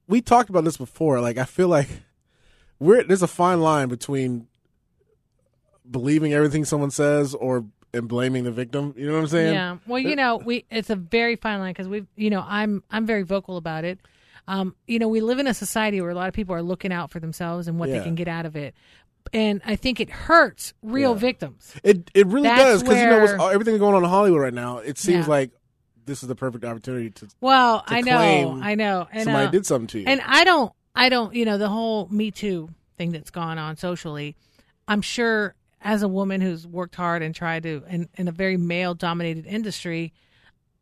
S4: We talked about this before. Like I feel like we're there's a fine line between believing everything someone says or and blaming the victim. You know what I'm saying?
S3: Yeah. Well, you know, we it's a very fine line because we've you know I'm I'm very vocal about it. Um, you know, we live in a society where a lot of people are looking out for themselves and what
S4: Yeah.
S3: they can get out of it, and I think it hurts real victims.
S4: It it really
S3: That's
S4: does because you know what's,
S3: where-
S4: everything going on in Hollywood right now. It seems
S3: Yeah.
S4: like this is the perfect opportunity to
S3: Well,
S4: To
S3: I know,
S4: claim
S3: I know, and
S4: somebody
S3: uh,
S4: did something to you.
S3: And I don't, I don't, you know, the whole Me Too thing that's gone on socially. I'm sure as a woman who's worked hard and tried to, in, in a very male dominated industry,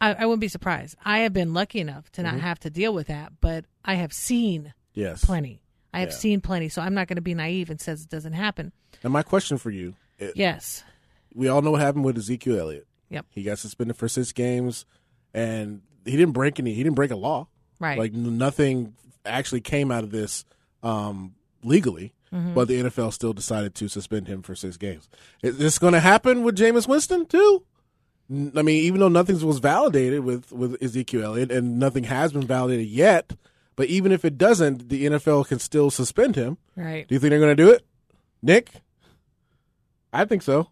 S3: I, I wouldn't be surprised. I have been lucky enough to
S4: Mm-hmm.
S3: not have to deal with that, but I have seen
S4: yes,
S3: plenty. I have seen plenty. So I'm not going to be naive and says it doesn't happen.
S4: And my question for you: it-
S3: Yes.
S4: We all know what happened with Ezekiel Elliott.
S3: Yep.
S4: He got suspended for six games, and he didn't break any. He didn't break a law.
S3: Right.
S4: Like n- nothing actually came out of this um, legally, but the NFL still decided to suspend him for six games. Is this going to happen with Jameis Winston too? N- I mean, even though nothing was validated with with Ezekiel Elliott, and nothing has been validated yet, but even if it doesn't, the NFL can still suspend him.
S3: right.
S4: Do you think they're going to do it, Nick? I think so.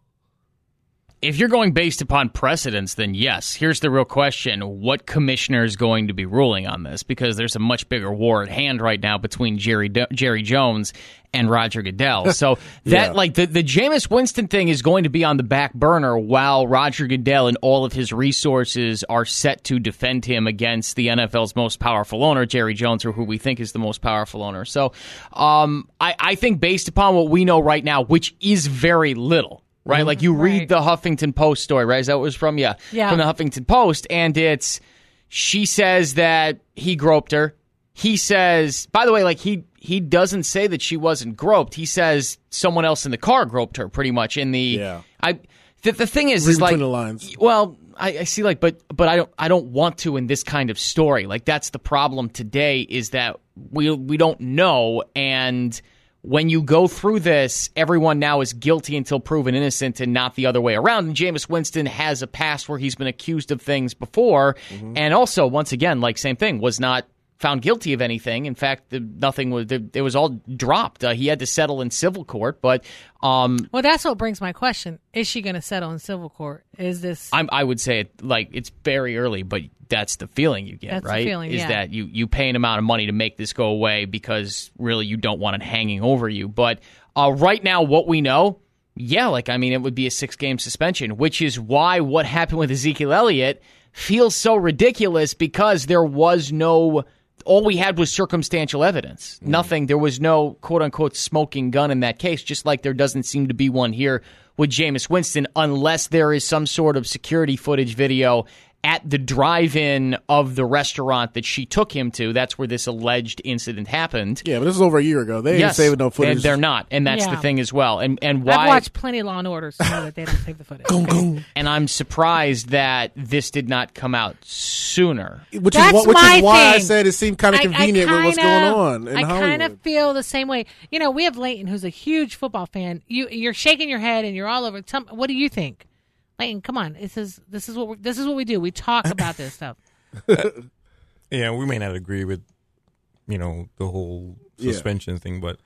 S5: if you're going based upon precedence, then yes. Here's the real question What commissioner is going to be ruling on this? Because there's a much bigger war at hand right now between Jerry, Do- Jerry Jones and Roger Goodell. So that, like, the, the Jameis Winston thing is going to be on the back burner while Roger Goodell and all of his resources are set to defend him against the NFL's most powerful owner, Jerry Jones, or who we think is the most powerful owner. So um, I, I think based upon what we know right now, which is very little right? Like you read the Huffington Post story, right? Is that what it was from? Yeah.
S3: Yeah.
S5: From the Huffington Post. And it's, she says that he groped her. He says, by the way, like he, he doesn't say that she wasn't groped. He says someone else in the car groped her pretty much in the,
S4: Yeah.
S5: I, the, the thing is,
S4: Read
S5: is like,
S4: between the lines.
S5: well, I, I see like, but, but I don't, I don't want to in this kind of story. Like that's the problem today is that we, we don't know. And, when you go through this, everyone now is guilty until proven innocent and not the other way around. And Jameis Winston has a past where he's been accused of things before. And also, once again, like same thing, was not found guilty of anything. In fact, the, nothing was, the, it was all dropped. Uh, he had to settle in civil court, but um,
S3: Well, that's what brings my question. Is she going to settle in civil court? Is this
S5: I'm, I would say it, like it's very early, but that's the feeling you get,
S3: That's the
S5: right?
S3: feeling,
S5: Is
S3: yeah.
S5: that you you pay an amount of money to make this go away because really you don't want it hanging over you. But uh, right now, what we know, yeah, like I mean, it would be a six game suspension, which is why what happened with Ezekiel Elliott feels so ridiculous because there was no. All we had was circumstantial evidence. Nothing. There was no quote unquote smoking gun in that case, just like there doesn't seem to be one here with Jameis Winston unless there is some sort of security footage video at the drive-in of the restaurant that she took him to. That's where this alleged incident happened.
S4: Yeah, but this was over a year ago. They ain't saving no footage.
S5: and they're not, and that's
S3: Yeah.
S5: the thing as well. And and why?
S3: I've watched plenty of Law and Order, so I know that they don't take the footage.
S5: and I'm surprised that this did not come out sooner.
S4: Which
S3: That's
S4: is what, which
S3: my
S4: is why I
S3: thing.
S4: said it seemed kind
S3: I-
S4: of
S3: I
S4: convenient with what's going
S3: kinda-
S4: on in
S3: I kind
S4: Hollywood.
S3: of feel the same way. You know, we have Leighton, who's a huge football fan. You, you're shaking your head and you're all over. Tell, me- what do you think, Leighton? Come on, this is this is what we this is what we do. We talk about this stuff.
S6: Yeah, we may not agree with, you know, the whole
S4: Yeah.
S6: suspension thing, but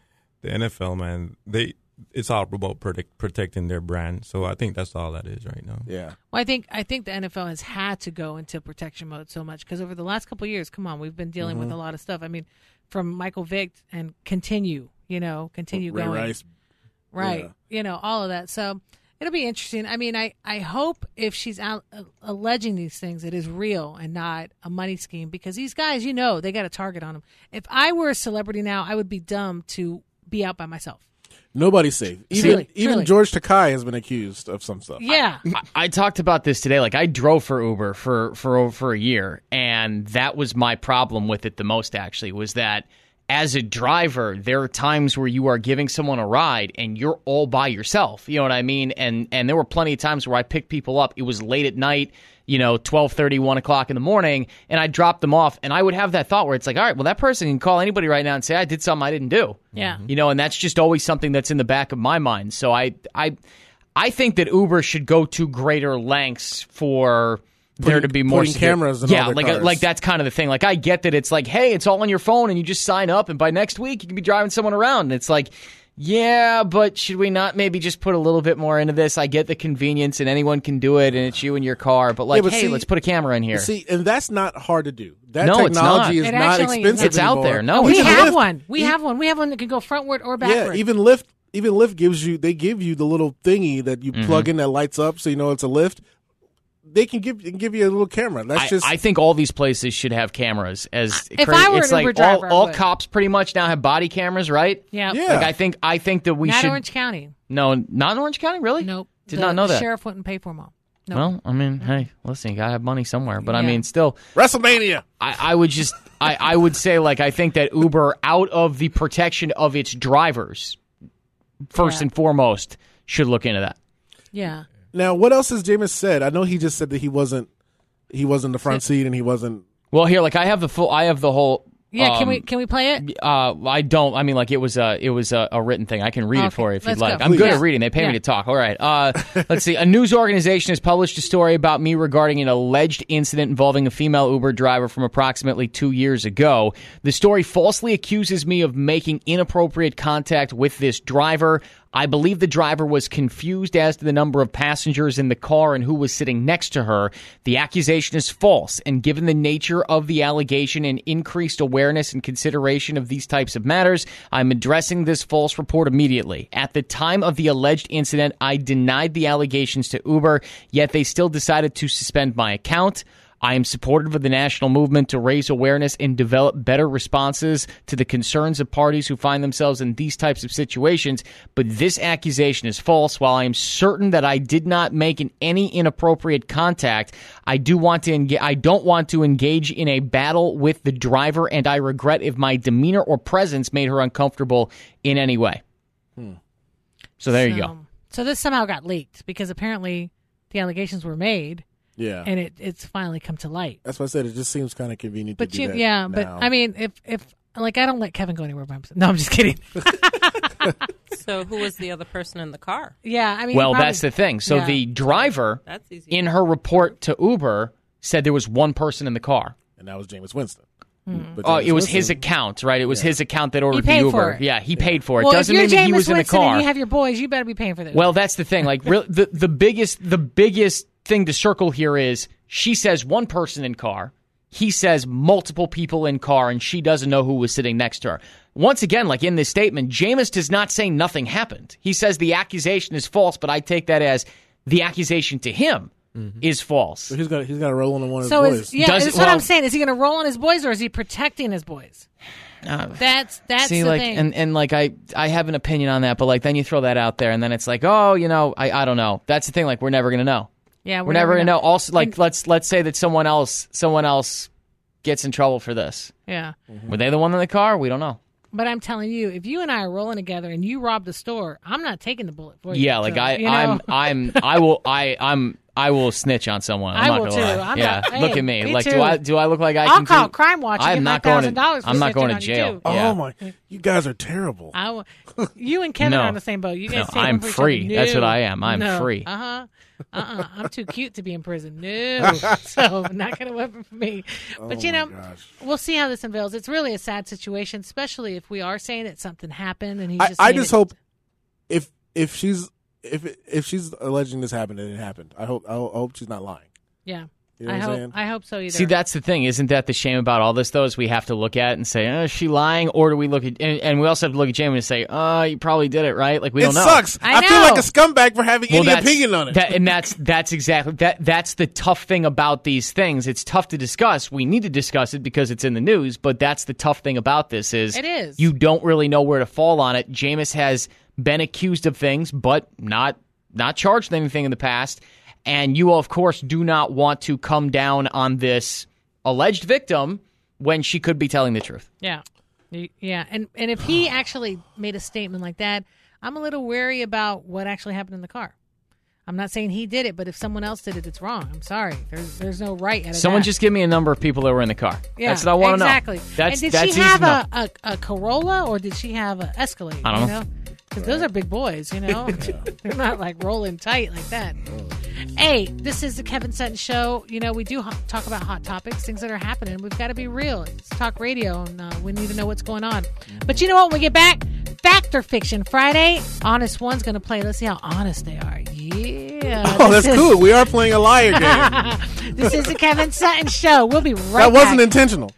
S6: the NFL, man, they it's all about protect, protecting their brand. So I think that's all that is right now.
S4: Yeah.
S3: Well, I think I think the NFL has had to go into protection mode so much because over the last couple of years, come on, we've been dealing
S4: Mm-hmm.
S3: with a lot of stuff. I mean, from Michael Vick and continue, you know, continue
S4: Ray
S3: going,
S4: Rice.
S3: right? You know, all of that. So it'll be interesting. I mean, I I hope if she's out uh, alleging these things, it is real and not a money scheme because these guys, you know, they got a target on them. If I were a celebrity now, I would be dumb to be out by myself.
S4: Nobody's safe. Even
S3: Truly,
S4: even
S3: truly.
S4: George Takai has been accused of some stuff.
S3: Yeah,
S5: I, I talked about this today. Like I drove for Uber for for over a year, and that was my problem with it the most. Actually, was that as a driver, there are times where you are giving someone a ride and you're all by yourself. You know what I mean? And and there were plenty of times where I picked people up. It was late at night. You know, 12, 1 o'clock in the morning, and I dropped them off. And I would have that thought where it's like, all right, well, that person can call anybody right now and say, I did something I didn't do.
S3: Yeah.
S5: You know, and that's just always something that's in the back of my mind. So I, I, I think that Uber should go to greater lengghs for there to be more
S4: putting cameras in all
S5: yeah,
S4: their
S5: like uh,
S4: cars.
S5: like that's kind of the thing. Like I get that it's like, hey, it's all on your phone, and you just sign up, and by next week you can be driving someone around. And it's like, yeah, but should we not maybe just put a little bit more into this? I get the convenience, and anyone can do it, and it's you and your car. But like,
S4: Yeah, but
S5: hey,
S4: see-
S5: let's put a camera in here.
S4: See, and that's not hard to do. That
S5: No, it's not.
S4: technology is
S3: It
S4: not
S3: actually-
S4: expensive.
S5: It's out
S4: anymore.
S5: there. No,
S3: Oh, we
S5: it's
S4: Even
S3: have
S4: Lyft-
S3: one. We
S4: e-
S3: have one. We have one that can go frontward or
S4: Yeah,
S3: backward.
S4: even Lyft. Even Lyft gives you. They give you the little thingy that you
S5: Mm-hmm.
S4: plug in that lights up, so you know it's a lift. They can give can give you a little camera. That's
S5: I,
S4: just
S5: I think all these places should have cameras. As
S3: If
S5: crazy-
S3: I were
S5: it's
S3: an
S5: like
S3: Uber
S5: all,
S3: driver, I
S5: all
S3: would.
S5: cops pretty much now have body cameras, right?
S3: yeah.
S4: Yeah.
S5: Like I think I think that we
S3: Not
S5: should
S3: Orange County.
S5: no, not in Orange County, really.
S3: Nope.
S5: did
S3: The
S5: not know that.
S3: Sheriff wouldn't pay for them all. No.
S5: Well, I mean, hey, listen, you gotta have money somewhere. But I
S3: Yeah.
S5: mean, still,
S4: WrestleMania.
S5: I, I would just, I, I would say, like, I think that Uber, out of the protection of its drivers, first
S3: Yeah.
S5: and foremost, should look into that.
S3: yeah.
S4: Now, what else has Jameis said? I know he just said that he wasn't he wasn't the front seat and he wasn't.
S5: Well, here, like, I have the full, I have the whole.
S3: Yeah.
S5: um,
S3: can we can we play it?
S5: Uh, I don't. I mean, like it was a it was a, a written thing. I can read it
S3: Okay,
S5: for you if you'd
S3: let's
S5: like.
S3: go.
S5: I'm good
S3: Please.
S5: at reading. They pay
S3: Yeah.
S5: me to talk. All right. Uh, let's see. A news organization has published a story about me regarding an alleged incident involving a female Uber driver from approximately two years ago. The story falsely accuses me of making inappropriate contact with this driver. I believe the driver was confused as to the number of passengers in the car and who was sitting next to her. The accusation is false, and given the nature of the allegation and increased awareness and consideration of these types of matters, I'm addressing this false report immediately. At the time of the alleged incident, I denied the allegations to Uber, yet they still decided to suspend my account. I am supportive of the national movement to raise awareness and develop better responses to the concerns of parties who find themselves in these types of situations, but this accusation is false. While I am certain that I did not make an, any inappropriate contact, I do want to engage, I don't want to engage in a battle with the driver and I regret if my demeanor or presence made her uncomfortable in any way. So there you go.
S3: Um, so this somehow got leaked because apparently the allegations were made
S4: Yeah,
S3: and it, it's finally come to light.
S4: that's what I said. It just seems kind of convenient.
S3: But
S4: to do
S3: you,
S4: that
S3: yeah. But
S4: now.
S3: I mean, if if like I don't let Kevin go anywhere by himself. No, I'm just kidding.
S7: So who was the other person in the car?
S3: yeah. I mean,
S5: Well,
S3: probably-
S5: that's the thing. So
S3: yeah.
S5: the driver
S7: That's easy.
S5: in her report to Uber said there was one person in the car.
S4: and that was Jameis Winston.
S3: Hmm.
S4: But
S5: Oh,
S4: Jameis
S5: it was his
S4: Winston-
S5: account, right? It was his account that ordered
S3: paid
S5: the Uber.
S3: for it.
S5: Yeah, he paid for it.
S3: well,
S5: Doesn't
S3: if you're
S5: mean that he
S3: Jameis
S5: was in the
S3: Winston
S5: car.
S3: And you have your boys. You better be paying for this.
S5: well, that's the thing. Like real, the the biggest the biggest thing to circle here is she says one person in car. He says multiple people in car, and she doesn't know who was sitting next to her. Once again, like in this statement, Jameis does not say nothing happened. He says the accusation is false, but I take that as the accusation to him is false.
S4: He's got he's got to roll on one of
S3: so
S4: his
S3: is
S4: boys.
S3: yeah.
S5: Does-
S3: that's what
S5: well-
S3: I'm saying. Is he going to roll on his boys or is he protecting his boys? that's that's
S5: Uh, See,
S3: the
S5: like,
S3: thing.
S5: and and like, I I have an opinion on that, but like, then you throw that out there, and then it's like, oh, you know, I I don't know. That's the thing. Like, we're never gonna know.
S3: yeah,
S5: We're, never gonna know. Also, like, let's let's say that someone else someone else gets in trouble for this.
S3: yeah.
S5: Were they the one in the car? We don't know.
S3: But I'm telling you, if you and I are rolling together and you rob the store, I'm not taking the bullet for you.
S5: Yeah, like
S3: so,
S5: I
S3: you know?
S5: I'm I'm I will I I'm. I will snitch on someone. I'm
S3: I
S5: not
S3: will
S5: gonna
S3: too.
S5: lie.
S3: I'm
S5: yeah,
S3: not- hey,
S5: look at me.
S3: me
S5: like,
S3: too.
S5: do I do I look like I
S3: I'll
S5: can
S3: call
S5: do,
S3: Crime Watch and
S5: I'm
S3: get
S5: not
S3: my
S5: going. To,
S3: $1,000 for
S5: I'm not
S3: snitching
S5: going to
S3: on you
S5: jail.
S3: too.
S4: Oh
S5: Yeah.
S4: my! You guys are terrible.
S3: I w- you and Kevin
S5: No.
S3: are on the same boat. You guys
S5: No,
S3: take one
S5: I'm
S3: for each
S5: free.
S3: other.
S5: That's what
S3: No.
S5: I am. I'm
S3: No.
S5: free.
S3: Uh-huh. Uh-uh. I'm too cute to be in prison. No. so not going to weapon for me.
S4: Oh
S3: But, you know, we'll see how this unveils. It's really a sad situation, especially if we are saying that something happened and he
S4: I,
S3: just
S4: I
S3: made
S4: just
S3: it-
S4: hope if if she's if if she's alleging this happened and it happened, I hope I hope, I hope she's not lying.
S3: Yeah.
S4: You know
S3: I
S4: what I'm
S3: hope
S4: saying?
S3: I hope so either.
S5: See, that's the thing. Isn't that the shame about all this, though? Is we have to look at it and say, uh, is she lying? Or do we look at, and, and we also have to look at Jamie and say, uh, you probably did it, right? Like, we
S4: it
S5: don't know.
S4: sucks.
S3: I
S4: feel
S3: know.
S4: like a scumbag for having
S5: Well,
S4: any
S5: that's-
S4: opinion on it.
S5: that- and that's that's exactly that. That's the tough thing about these things. It's tough to discuss. We need to discuss it because it's in the news. But that's the tough thing about this is
S3: It is.
S5: you don't really know where to fall on it. Jameis has been accused of things, but not not charged with anything in the past. And you, of course, do not want to come down on this alleged victim when she could be telling the truth.
S3: Yeah. Y- Yeah. And and if he actually made a statement like that, I'm a little wary about what actually happened in the car. I'm not saying he did it, but if someone else did it, it's wrong. I'm sorry. There's there's no right. Out of
S5: Someone
S3: that.
S5: just give me a number of people that were in the car.
S3: yeah,
S5: that's what I want to
S3: exactly.
S5: know. That's
S3: and did
S5: that's
S3: she
S5: easy
S3: have
S5: enough.
S3: a, a a Corolla or did she have a Escalade?
S5: I don't
S3: you
S5: know.
S3: Because those are big boys, you know. They're not like rolling tight like that. Hey, this is the Kevin Sutton Show. You know, we do ho- talk about hot topics, things that are happening. We've got to be real. It's talk radio, and uh, we need to know what's going on. But you know what? When we get back, Fact or Fiction Friday, Honest One's going to play. Let's see how honest they are. Yeah.
S4: oh,
S3: This
S4: that's
S3: is-
S4: cool. We are playing a liar game. that
S3: This is the Kevin Sutton Show. We'll be right back.
S4: wasn't intentional.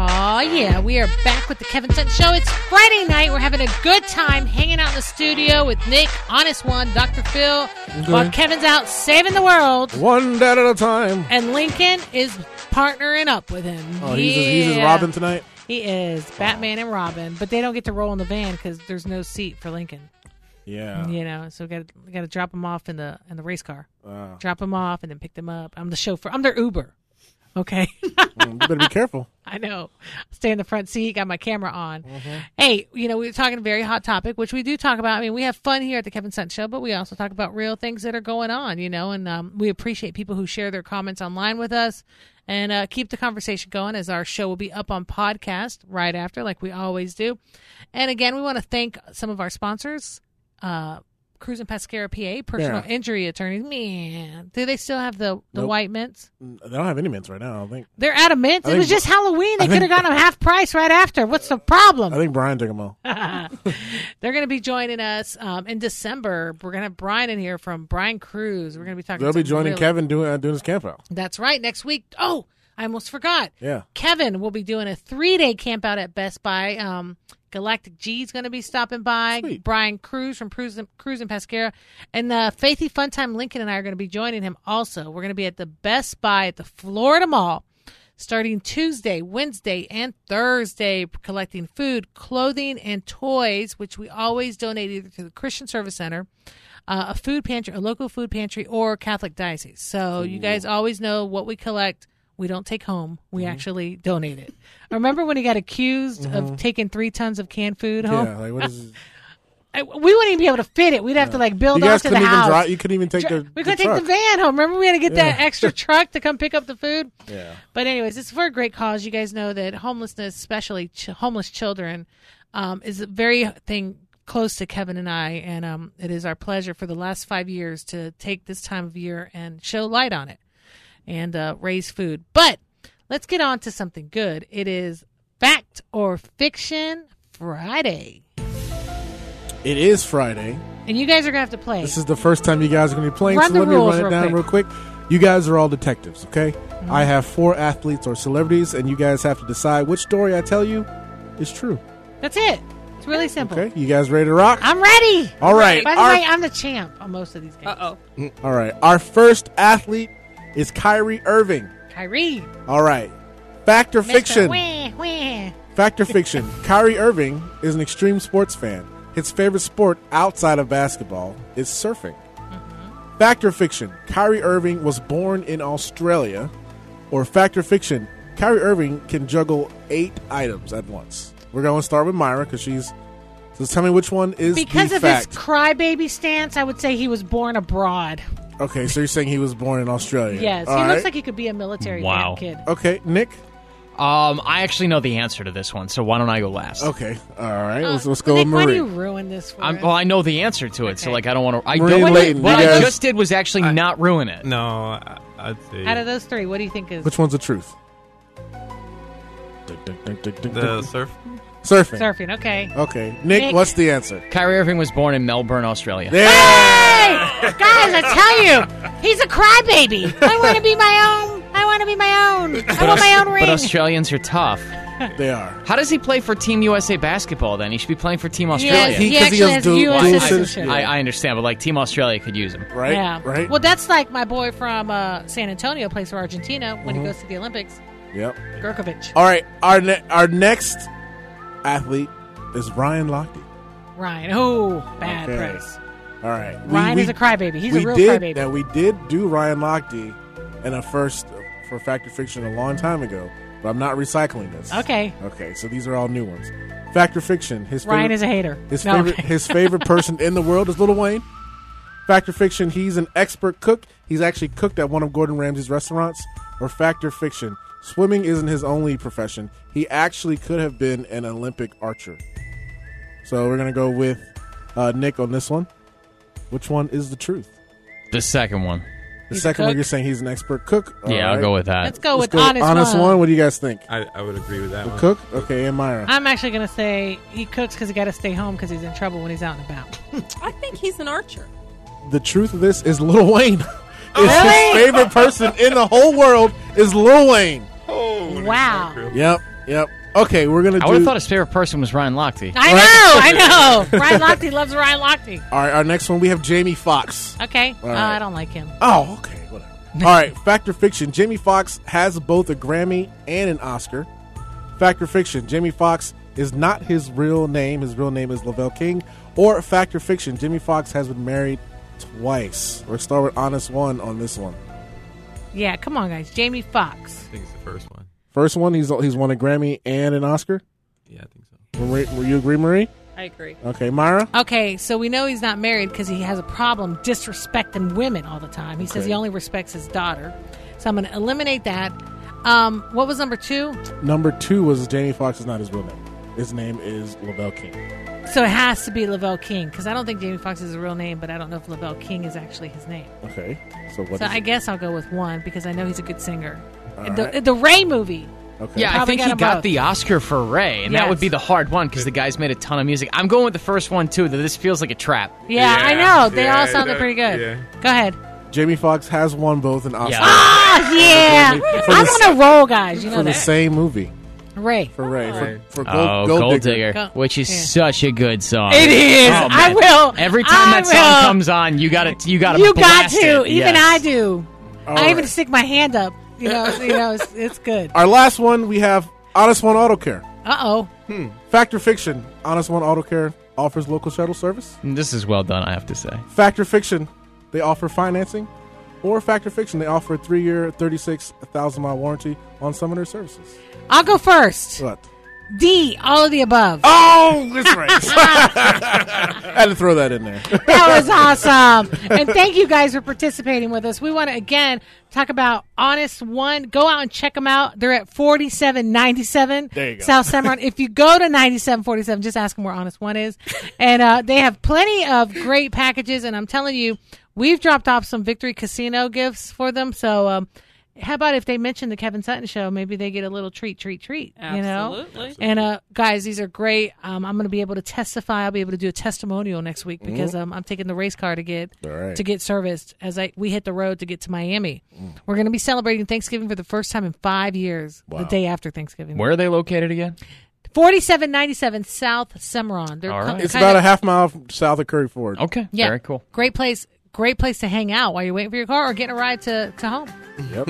S3: Oh yeah, we are back with the Kevin Sutton Show. It's Friday night. We're having a good time hanging out in the studio with Nick, Honest One, Dr. Phil, while Kevin's out saving the world,
S4: One dad at a time.
S3: and Lincoln is partnering up with him.
S4: Oh, he's his, he's his
S3: Yeah.
S4: Robin tonight.
S3: He is Batman and Robin, but they don't get to roll in the van because there's no seat for Lincoln.
S4: Yeah.
S3: You know, so we got we got to drop him off in the in the race car. Drop him off and then pick them up. I'm the chauffeur. I'm their Uber. Okay.
S4: Mm, You better be careful.
S3: I know. Stay in the front seat, got my camera on.
S4: Mm-hmm.
S3: Hey, you know, we are talking a very hot topic, which we do talk about. I mean, we have fun here at the Kevin Sun Show, but we also talk about real things that are going on, you know, and um, we appreciate people who share their comments online with us and uh, keep the conversation going as our show will be up on podcast right after, like we always do. And again, we want to thank some of our sponsors. Uh, Cruz and Pescara PA, personal
S4: Yeah.
S3: injury attorneys. Man, do they still have the, the
S4: Nope.
S3: white mints?
S4: Mm, They don't have any mints right now. I don't think.
S3: They're out of mints.
S4: I
S3: It was
S4: think-
S3: just Halloween. They
S4: I
S3: could
S4: think-
S3: have gotten them half price right after. What's the
S4: I
S3: problem?
S4: think Brian took them all.
S3: They're going to be joining us um, in December. We're going to have Brian in here from Brian Cruz. We're going to be talking.
S4: They'll be
S3: some
S4: joining
S3: really-
S4: Kevin doing uh, doing his camp out.
S3: That's right. Next week. Oh, I almost forgot.
S4: Yeah.
S3: Kevin will be doing a three-day camp out at Best Buy. Um, Galactic G is going to be stopping by.
S4: Sweet.
S3: Brian Cruz from Cruz and, Cruz and Pescara, and uh, Faithy Funtime Lincoln and I are going to be joining him. Also, we're going to be at the Best Buy at the Florida Mall starting Tuesday, Wednesday, and Thursday, collecting food, clothing, and toys, which we always donate either to the Christian Service Center, uh, a food pantry, a local food pantry, or Catholic diocese. So you guys always know what we collect. We don't take home. We
S4: Mm-hmm.
S3: actually donate it. Remember when he got accused of taking three tons of canned food home?
S4: Mm-hmm. Yeah. Like what is? This?
S3: I- we wouldn't even be able to fit it. We'd have to like
S4: You
S3: build
S4: guys
S3: off to the
S4: couldn't even
S3: house.
S4: drive. You couldn't even take
S3: Dri-
S4: the.
S3: we
S4: the
S3: could take the
S4: truck.
S3: van home. Remember, we had to get that
S4: Yeah.
S3: extra truck to come pick up the food.
S4: Yeah.
S3: But anyways, it's for a great cause. You guys know that homelessness, especially ch- homeless children, um, is a very thing close to Kevin and I, and um, it is our pleasure for the last five years to take this time of year and show light on it and uh, raise food. But let's get on to something good. It is fact or fiction Friday,
S4: It is Friday.
S3: and you guys are gonna have to play.
S4: This is the first time you guys are going to be playing,
S3: Run
S4: so
S3: the
S4: let me
S3: rules
S4: run
S3: real
S4: it down
S3: quick. Mm-hmm.
S4: real quick. You guys are all detectives, okay? I have four athletes or celebrities, and you guys have to decide which story I tell you is true.
S3: That's it. It's really simple.
S4: Okay, you guys ready to rock?
S3: I'm ready.
S4: All right,
S3: By the
S4: our-
S3: way, I'm the champ on most of these games.
S7: Uh oh.
S4: All right, our first athlete is Kyrie Irving.
S3: Kyrie.
S4: All right, fact or
S3: Mr.
S4: fiction?
S3: Wah, wah.
S4: Fact or fiction? Kyrie Irving is an extreme sports fan. His favorite sport outside of basketball is surfing.
S3: Mm-hmm.
S4: Fact or fiction? Kyrie Irving was born in Australia. Or fact or fiction? Kyrie Irving can juggle eight items at once. We're going to start with Myra because she's. So tell me which one is
S3: Because
S4: the
S3: of
S4: fact.
S3: his crybaby stance, I would say he was born abroad.
S4: okay, so you're saying he was born in Australia?
S3: Yes,
S4: All
S3: he
S4: right.
S3: looks like he could be a military man
S5: Wow.
S3: kid.
S4: Okay, Nick.
S5: Um, I actually know the answer to this one, so why don't I go last?
S4: Okay. All right.
S3: Uh,
S4: let's, let's go
S3: Nick,
S4: with
S3: Why do
S4: Marie.
S3: you ruin this for
S5: I'm,
S3: us?
S5: well, I know the answer to it, so
S3: Okay.
S5: like I don't want to. I
S4: Marie
S5: don't.
S4: Layton,
S5: what
S4: you
S5: I
S4: guys-
S5: just did was actually not ruin it.
S6: No, I, I'd say
S3: Out of those three, what do you think is
S4: Which one's the truth?
S6: the surf.
S4: Surfing.
S3: surfing? Okay.
S4: Okay. Nick,
S3: Nick.
S4: what's the answer?
S5: Kyrie Irving was born in Melbourne, Australia.
S3: Ah!
S4: There.
S3: Hey, guys, I tell you, he's a crybaby. I want to be my own. I want to be my own. I want my own
S5: But
S3: ring.
S5: Australians are tough.
S4: They are.
S5: How does he play for Team USA basketball then? He should be playing for Team
S3: yeah,
S5: Australia.
S4: He-
S3: he
S4: 'cause
S3: actually
S4: has
S3: has
S4: dual-
S3: U.S.
S4: dual
S3: citizenship.
S4: citizenship.
S5: I, I understand, but like Team Australia could use him.
S4: Right?
S3: yeah.
S4: Right?
S3: Well, that's like my boy from uh, San Antonio plays for Argentina when
S4: Mm-hmm.
S3: he goes to the Olympics.
S4: yep.
S3: Gurkovic,
S4: All right. Our, ne- our next athlete is Ryan Lochte.
S3: Ryan. Oh, bad
S4: Okay.
S3: press.
S4: All right. We-
S3: Ryan
S4: we-
S3: is a crybaby. He's
S4: we
S3: a real
S4: did,
S3: crybaby.
S4: Now, we did do Ryan Lochte in a first for Factor Fiction a long time ago, but I'm not recycling this.
S3: Okay.
S4: Okay. So these are all new ones. Factor Fiction. His
S3: Ryan
S4: favorite-
S3: is a hater.
S4: His
S3: No,
S4: favorite
S3: okay.
S4: his favorite person in the world is Little Wayne. Factor Fiction, he's an expert cook. He's actually cooked at one of Gordon Ramsay's restaurants. Or Factor Fiction, swimming isn't his only profession. He actually could have been an Olympic archer. So we're going to go with uh, Nick on this one. Which one is the truth?
S5: The second one.
S4: The
S3: He's a
S4: second one
S3: cook.
S4: you're saying he's an expert cook.
S5: yeah, I'll go with that.
S3: Let's go with
S4: Let's go
S3: honest,
S4: one. What do you guys think?
S6: I, I would agree with that.
S4: The
S6: one.
S4: cook? Okay, and Myra.
S3: I'm actually gonna say he cooks because he got to stay home because he's in trouble when he's out and about.
S7: I think he's an archer.
S4: the truth of this is Lil Wayne. It's his favorite person in the whole world is Lil Wayne.
S3: wow.
S4: Yep, yep. Okay, we're gonna
S5: I
S4: do.
S5: would have thought his favorite person was Ryan Lochte.
S3: I know, I know. Ryan Lochte loves Ryan Lochte.
S4: All right, our next one we have Jamie Foxx.
S3: Okay,
S4: All
S3: Uh,
S4: right.
S3: I don't like him.
S4: Oh, okay, whatever. All right, Factor Fiction. Jamie Foxx has both a Grammy and an Oscar. Factor Fiction. Jamie Foxx is not his real name. His real name is Lavelle King. Or Factor Fiction. Jamie Foxx has been married twice. We're start with Honest One on this one.
S3: Yeah, come on, guys. Jamie Foxx.
S6: I think it's the first one.
S4: First one, he's he's won a Grammy and an Oscar.
S6: Yeah, I think so.
S4: Marie, will you agree, Marie?
S7: I agree.
S4: Okay, Myra.
S3: Okay, so we know he's not married because he has a problem disrespecting women all the time. He says he only respects his daughter. So I'm going to eliminate that. Um, what was number two?
S4: Number two was Jamie Foxx is not his real name. His name is Lavelle King.
S3: So it has to be Lavelle King because I don't think Jamie Foxx is a real name, but I don't know if Lavelle King is actually his name.
S4: Okay, so what?
S3: so
S4: is
S3: I
S4: it?
S3: guess I'll go with one because I know he's a good singer. the,
S4: right.
S3: the Ray movie.
S4: Okay.
S5: Yeah, I
S3: Probably
S5: think
S3: got
S5: he
S3: them
S5: got
S3: both.
S5: the Oscar for Ray, and that
S3: Yes.
S5: would be the hard one because the guy's made a ton of music. I'm going with the first one too. That this feels like a trap.
S3: Yeah, I
S6: Yeah,
S3: know. They
S6: yeah,
S3: all sounded
S6: that-
S3: pretty good.
S6: yeah.
S3: Go ahead.
S4: Jamie Foxx has won both an Oscar
S5: Yeah.
S3: Ah, yeah.
S4: For
S3: I'm
S4: the-
S3: on a roll, guys. You
S4: for
S3: know
S4: the
S3: that.
S4: same movie
S3: Ray.
S4: for Ray for, for Gold,
S5: Oh,
S4: Gold
S5: Gold,
S4: Digger.
S5: Digger,
S3: Go-
S5: which is
S3: yeah.
S5: such a good song.
S3: It is.
S5: Oh,
S3: I
S5: man.
S3: will.
S5: Every time
S3: I
S5: that song
S3: will.
S5: comes on, you got to you got to
S3: you got to. Even I do. I even
S4: right.
S3: stick my hand up. You know. you know. It's, it's good. Uh
S4: Our last one we have Honest One Auto Care.
S3: oh.
S4: Factor Fiction. Honest One Auto Care offers local shuttle service.
S5: This is well done, I have to say.
S4: Factor Fiction. They offer financing. Or Factor Fiction. They offer a three-year, thirty-six thousand mile warranty on some of their services.
S3: I'll go first.
S4: What?
S3: D. All of the above.
S4: Oh, that's right. I had to throw that in there.
S3: That was awesome. And thank you guys for participating with us. We want to again talk about Honest One. Go out and check them out. They're at 4797
S4: There you go.
S3: South Cimarron. if you go to 9747, just ask them where Honest One is. And uh, they have plenty of great packages. And I'm telling you, we've dropped off some Victory Casino gifts for them. So, um, how about if they mention the Kevin Sutton show? Maybe they get a little treat, treat, treat. You know?
S7: Absolutely.
S3: And uh, guys, these are great. Um, I'm going to be able to testify. I'll be able to do a testimonial next week because um, I'm taking the race car to get
S4: Mm-hmm. right. Mm.
S3: to get serviced as I we hit the road to get to Miami. We're going to be celebrating Thanksgiving for the first time in five years. The day after Thanksgiving,
S5: Where are they located again?
S3: 4797 South Cimarron. They're
S5: All
S3: co-
S5: right.
S4: It's
S3: kinda-
S4: about a half mile south of Curry Ford.
S5: Okay,
S3: yeah,
S5: very cool.
S3: Great place. Great place to hang out while you're waiting for your car or getting a ride to, to home.
S4: Yep.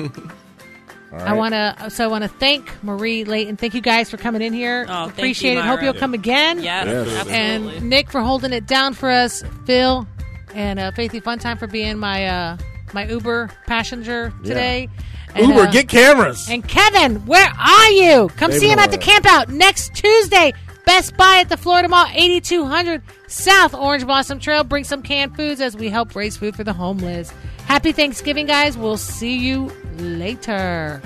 S3: I want to so I want to thank Marie Layton. Thank you guys for coming in here.
S7: Oh, thank you,
S3: Appreciate it. Hope
S7: Myra.
S3: you'll come again.
S7: Yes,
S6: Absolutely.
S7: absolutely.
S3: and Nick for holding it down for us, Phil, and uh, Faithy Funtime for being my uh, my Uber passenger today. And,
S4: Uber,
S3: uh,
S4: get cameras.
S3: and Kevin, where are you? Come
S4: They
S3: see him at the
S4: were.
S3: camp out next Tuesday. Best Buy at the Florida Mall, 8200 South Orange Blossom Trail. Bring some canned foods as we help raise food for the homeless. Happy Thanksgiving, guys. We'll see you later.